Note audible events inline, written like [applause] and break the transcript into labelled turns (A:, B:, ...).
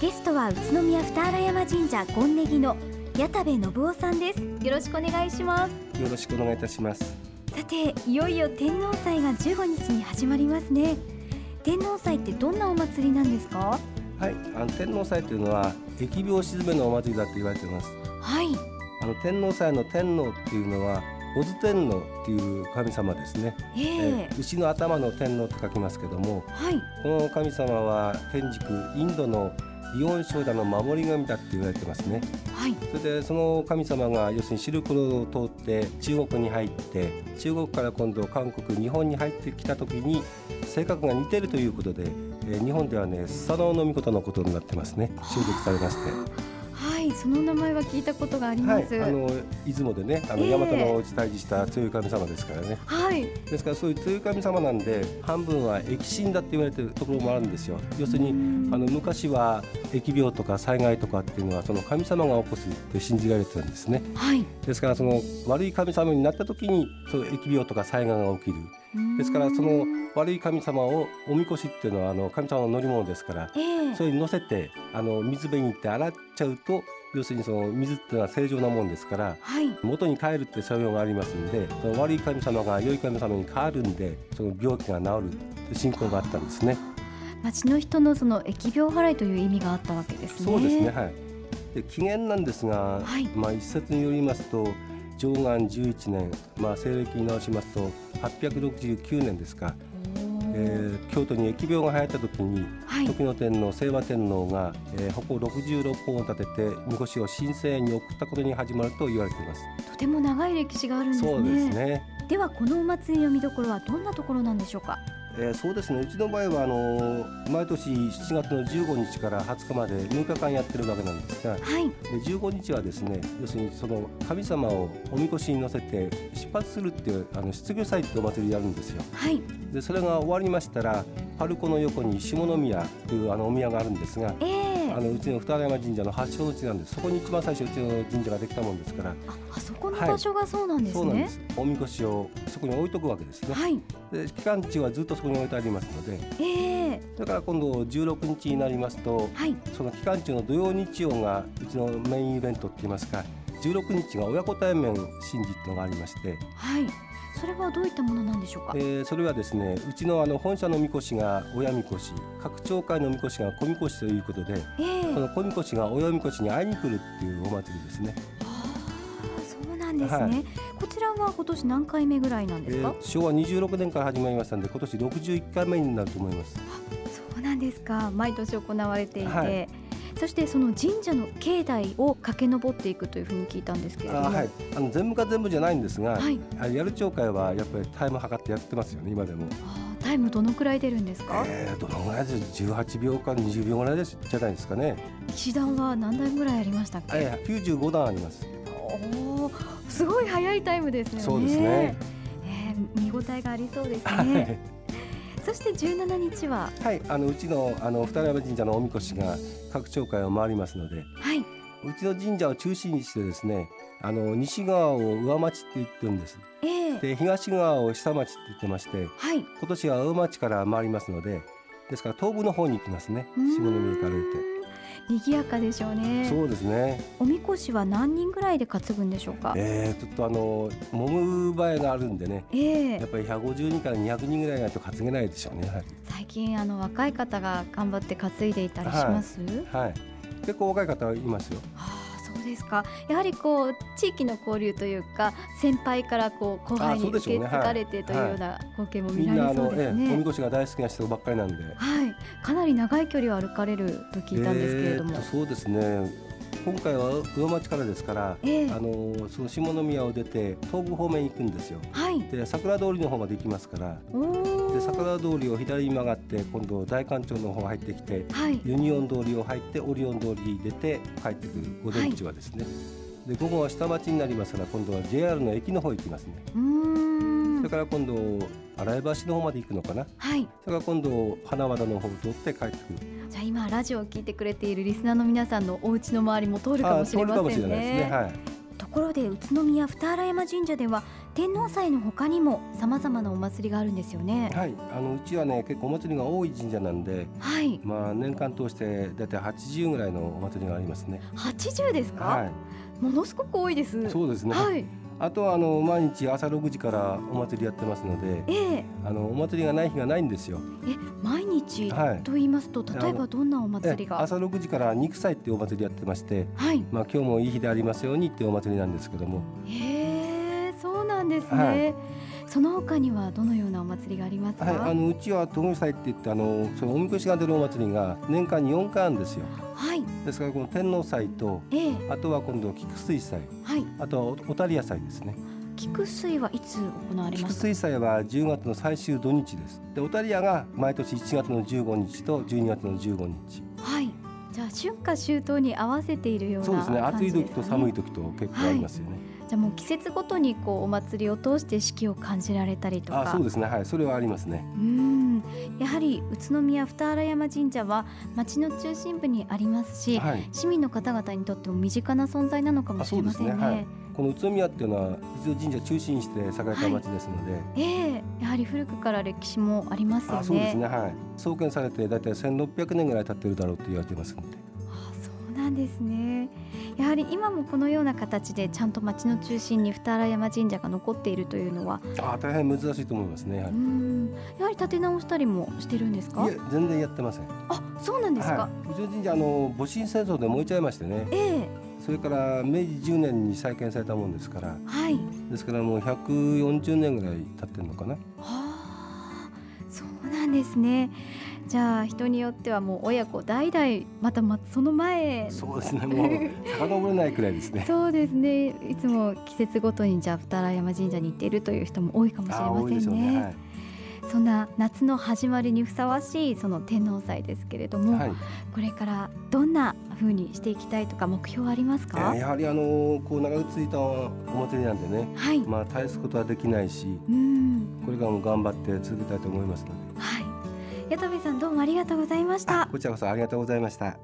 A: ゲストは宇都宮二荒山神社権ネギの矢田部信夫さんですよろしくお願いします
B: よろしくお願いいたします。
A: さていよいよ天皇祭が15日に始まりますね天皇祭ってどんなお祭りなんですか
B: はい、あの天皇祭というのは疫病鎮めのお祭りだと言われています。
A: はい
B: あの天皇祭の天皇っていうのは小津天皇っていう神様ですね。
A: ええ
B: えー牛の頭の天皇って書きますけども、
A: はい
B: この神様は天竺インドのイオン商社の守り神だって言われてますね。
A: はい
B: それでその神様が要するにシルクロードを通って中国に入って中国から今度韓国日本に入ってきた時に性格が似てるということで、えー日本ではねスサノオノミコトのことになってますね襲撃されまして。
A: はいその名前は聞いたことがあり
B: は
A: ま
B: い、
A: す
B: あの出雲でねあの
A: ええ
B: 大和の地退治した強い神様ですからね、
A: はい
B: ですからそういう強い神様なんで半分は疫神だって言われてるところもあるんですよ要するにあの昔は疫病とか災害とかっていうのはその神様が起こすって信じられてたんですね
A: はい
B: ですからその悪い神様になった時にその疫病とか災害が起きるですからそうの
A: ん
B: 悪い神様をおみこしっていうのはあの神様の乗り物ですから
A: ええ
B: それに乗せてあの水辺に行って洗っちゃうと要するにその水っていうのは正常なもんですから
A: はい
B: 元に帰るって作用がありますんでその悪い神様が良い神様に変わるんでその病気が治るという信仰があったんですね。
A: 町の人のその疫病払いという意味があったわけですね
B: そうですね、はい。で起源なんですが、
A: はい
B: まあ一説によりますと上岸11年、まあ西暦に直しますと869年ですか、
A: おー
B: えー京都に疫病が流行った時に
A: はい
B: 時の天皇清和天皇が、えー、矛66本を立てて神輿を神聖に送ったことに始まると言われています。
A: とても長い歴史があるんですね
B: そうですね。
A: ではこのお祭りの見どころはどんなところなんでしょうか
B: えーそうですねうちの場合はあのー毎年7月の15日から20日まで6日間やってるわけなんですが、
A: はい
B: で15日はですね要するにその神様をおみこしに乗せて出発するっていうあの出御祭ってお祭りやるんですよ
A: はい
B: でそれが終わりましたらパルコの横に下宮というあのお宮があるんですが
A: え
B: あ
A: え
B: のうちの二山神社の発祥の地なんですそこに一番最初うちの神社ができたもんですから
A: ああそこの場所がそうなんです
B: そうなんで
A: ね
B: すおみこしをそこに置いとくわけですね
A: はい
B: で期間中はずっとそこに置いてありますので
A: ええ
B: だから今度16日になりますと
A: はい
B: その期間中の土曜日曜がうちのメインイベントって言いますか16日が親子対面神事っていうのがありまして、
A: はいそれはどういったものなんでしょうか
B: えーそれはですねうちのあの本社のみこしが親みこし各町会のみこしが小みこしということで
A: ええ
B: その小みこしが親みこしに会いに来るっていうお祭りですね。
A: ああそうなんですね、
B: は
A: こちらは今年何回目ぐらいなん
B: え
A: ですか
B: ー、昭和26年から始まりましたんで今年61回目になると思います。
A: そうなんですか毎年行われていて、
B: はい
A: そしてその神社の境内を駆け上っていくというふうに聞いたんですけれども
B: あはい、あの全部が全部じゃないんですが、
A: はい
B: あやる町会はやっぱりタイム測ってやってますよね今でも。
A: あータイムどのくらい出るんですか、
B: えー、どのぐらいです18秒か20秒ぐらいですじゃないですかね、
A: 騎士団は何台ぐらいありましたっけ、
B: えー、95段あります
A: おおすごい早いタイムですよね
B: そうですね、
A: えー見応えがありそうです
B: は、
A: ねそして17日はい
B: [laughs] はい、あのうちのあの二山神社のおみこしが各町会を回りますので
A: はいう
B: ちの神社を中心にしてですねあの西側を上町って言ってるんです
A: えー
B: で東側を下町って言ってまして
A: はい
B: 今年は上町から回りますのでですから東部の方に行きますね
A: うーん
B: 下宮から歩いて。
A: 賑やかでしょうね
B: そうですね、
A: おみこしは何人ぐらいで担ぐんでしょうか
B: えー、ちょっとあの揉む場合があるんでね
A: ええ
B: やっぱり150人から200人ぐらいないと担げないでしょうね、はい
A: 最近あの若い方が頑張って担いでいたりします、
B: はい。結構若い方いますよ。
A: ああそうですかやはりこう地域の交流というか先輩からこう後輩に
B: あそうで
A: 受
B: しょう
A: け
B: ね
A: 継がれてというような光景も見
B: み
A: ら
B: んなあ
A: れそ
B: の、
A: うです
B: ええおみ
A: ね。
B: こしが大好きな人ばっかりなんで。
A: はい、かなり長い距離を歩かれると聞いたんですけれども
B: えー、っとそうですね。今回は上町からですから、
A: ええ
B: あのその下宮を出て東部方面に行くんですよ。
A: はい、
B: で桜通りの方まで行きますから。
A: おお
B: で、桜通りを左に曲がって今度大官町の方入ってきて
A: はい、
B: ユニオン通りを入ってオリオン通り出て帰ってくる午前中はですね、で午後は下町になりますから今度は JR の駅の方行きますね、
A: うーん
B: それ、から今度洗い橋の方まで行くのかな
A: はい、
B: それから今度花和田の方を通って帰ってくる。
A: じゃあ今ラジオを聞いてくれているリスナーの皆さんのお家の周りも通るかもしれませんね。
B: あ通るかもしれないですね。はい。
A: ところで宇都宮二荒山神社では天皇祭の他にもさまざまなお祭りがあるんですよね。
B: はい、あのうちはね結構お祭りが多い神社なんで、
A: はい、
B: まあ、年間通してだいたい80ぐらいのお祭りがありますね。
A: 80ですか、
B: は
A: ものすごく多いです。
B: い、そうですね、
A: はい、
B: あとはあの毎日朝6時からお祭りやってますので
A: ええ
B: あのお祭りがない日がないんですよ。
A: え、毎日
B: はい
A: と言いますと、例え
B: あ
A: ば
B: の
A: どんなお祭り
B: え
A: が。
B: 朝6時から肉祭っていうお祭りやってまして、
A: はい、
B: まあ、今日もいい日でありますようにっていうお祭りなんですけども
A: へえ、そうなんですね。
B: は
A: その他にはどのようなお祭りがありますか。
B: はい、あのうちは東宮祭って言ってあのそのおみこしが出るお祭りが年間に4回あるんですよ
A: はい、
B: ですからこの天皇祭と
A: ええ
B: あとは今度菊水祭
A: はい、
B: あとはおおたりや祭ですね
A: 菊水はいつ行われま
B: 菊
A: した。
B: 水祭は10月の最終土日ですでおたりやが毎年1月の15日と12月の15日
A: はい、じゃあ春夏秋冬に合わせているような
B: そうですね
A: 感
B: 暑
A: じ
B: い時
A: ですか
B: と
A: ね
B: 寒い時と結構ありますよね、
A: じゃあもう季節ごとにこうお祭りを通して四季を感じられたりとか。
B: あそうですねはいそれはありますね
A: うんやはり宇都宮二荒山神社は町の中心部にありますし、
B: はい
A: 市民の方々にとっても身近な存在なのかもしれませんね。
B: あそうですねはいこの宇都宮っていうのは一度神社中心にして栄えた町ですので、
A: ええやはり古くから歴史もありますよね。
B: あそうですねはい創建されて大体1600年ぐらい経ってるだろうと言われてますので
A: あそうなんですね。やはり今もこのような形でちゃんと町の中心に二荒山神社が残っているというのは、
B: あ大変難しいと思いますね、は
A: う
B: い
A: んやはり立て直したりもしてるんですか
B: い。え全然やってません
A: あそうなんですか。
B: はい、宇宙神社あの戊辰戦争で燃えちゃいましてね
A: ええ
B: それから明治10年に再建されたもんですから
A: はい。
B: ですからもう140年ぐらい経ってるのかな
A: ああ、そうなんですね。じゃあ人によってはもう親子代々またまその前
B: そうです [laughs] ねもう遡れないくらいですね
A: そうですねいつも季節ごとにじゃあ二荒山神社に行っているという人も [laughs] 多いかもしれ
B: あ多い
A: ま
B: で
A: せ
B: しょ
A: ん
B: う
A: ね
B: ねはい
A: そんな夏の始まりにふさわしいその天皇祭ですけれども、
B: はい
A: これからどんな風にしていきたいとか目標はあります
B: え
A: か、
B: ーやはりあのこう長く続いたお祭りなんでね
A: はい、
B: まあ絶やすことはできないし
A: うん
B: これからも頑張って続けたいと思いますので
A: はい矢田部さんどうもありがとうございました
B: あこちらこそありがとうございました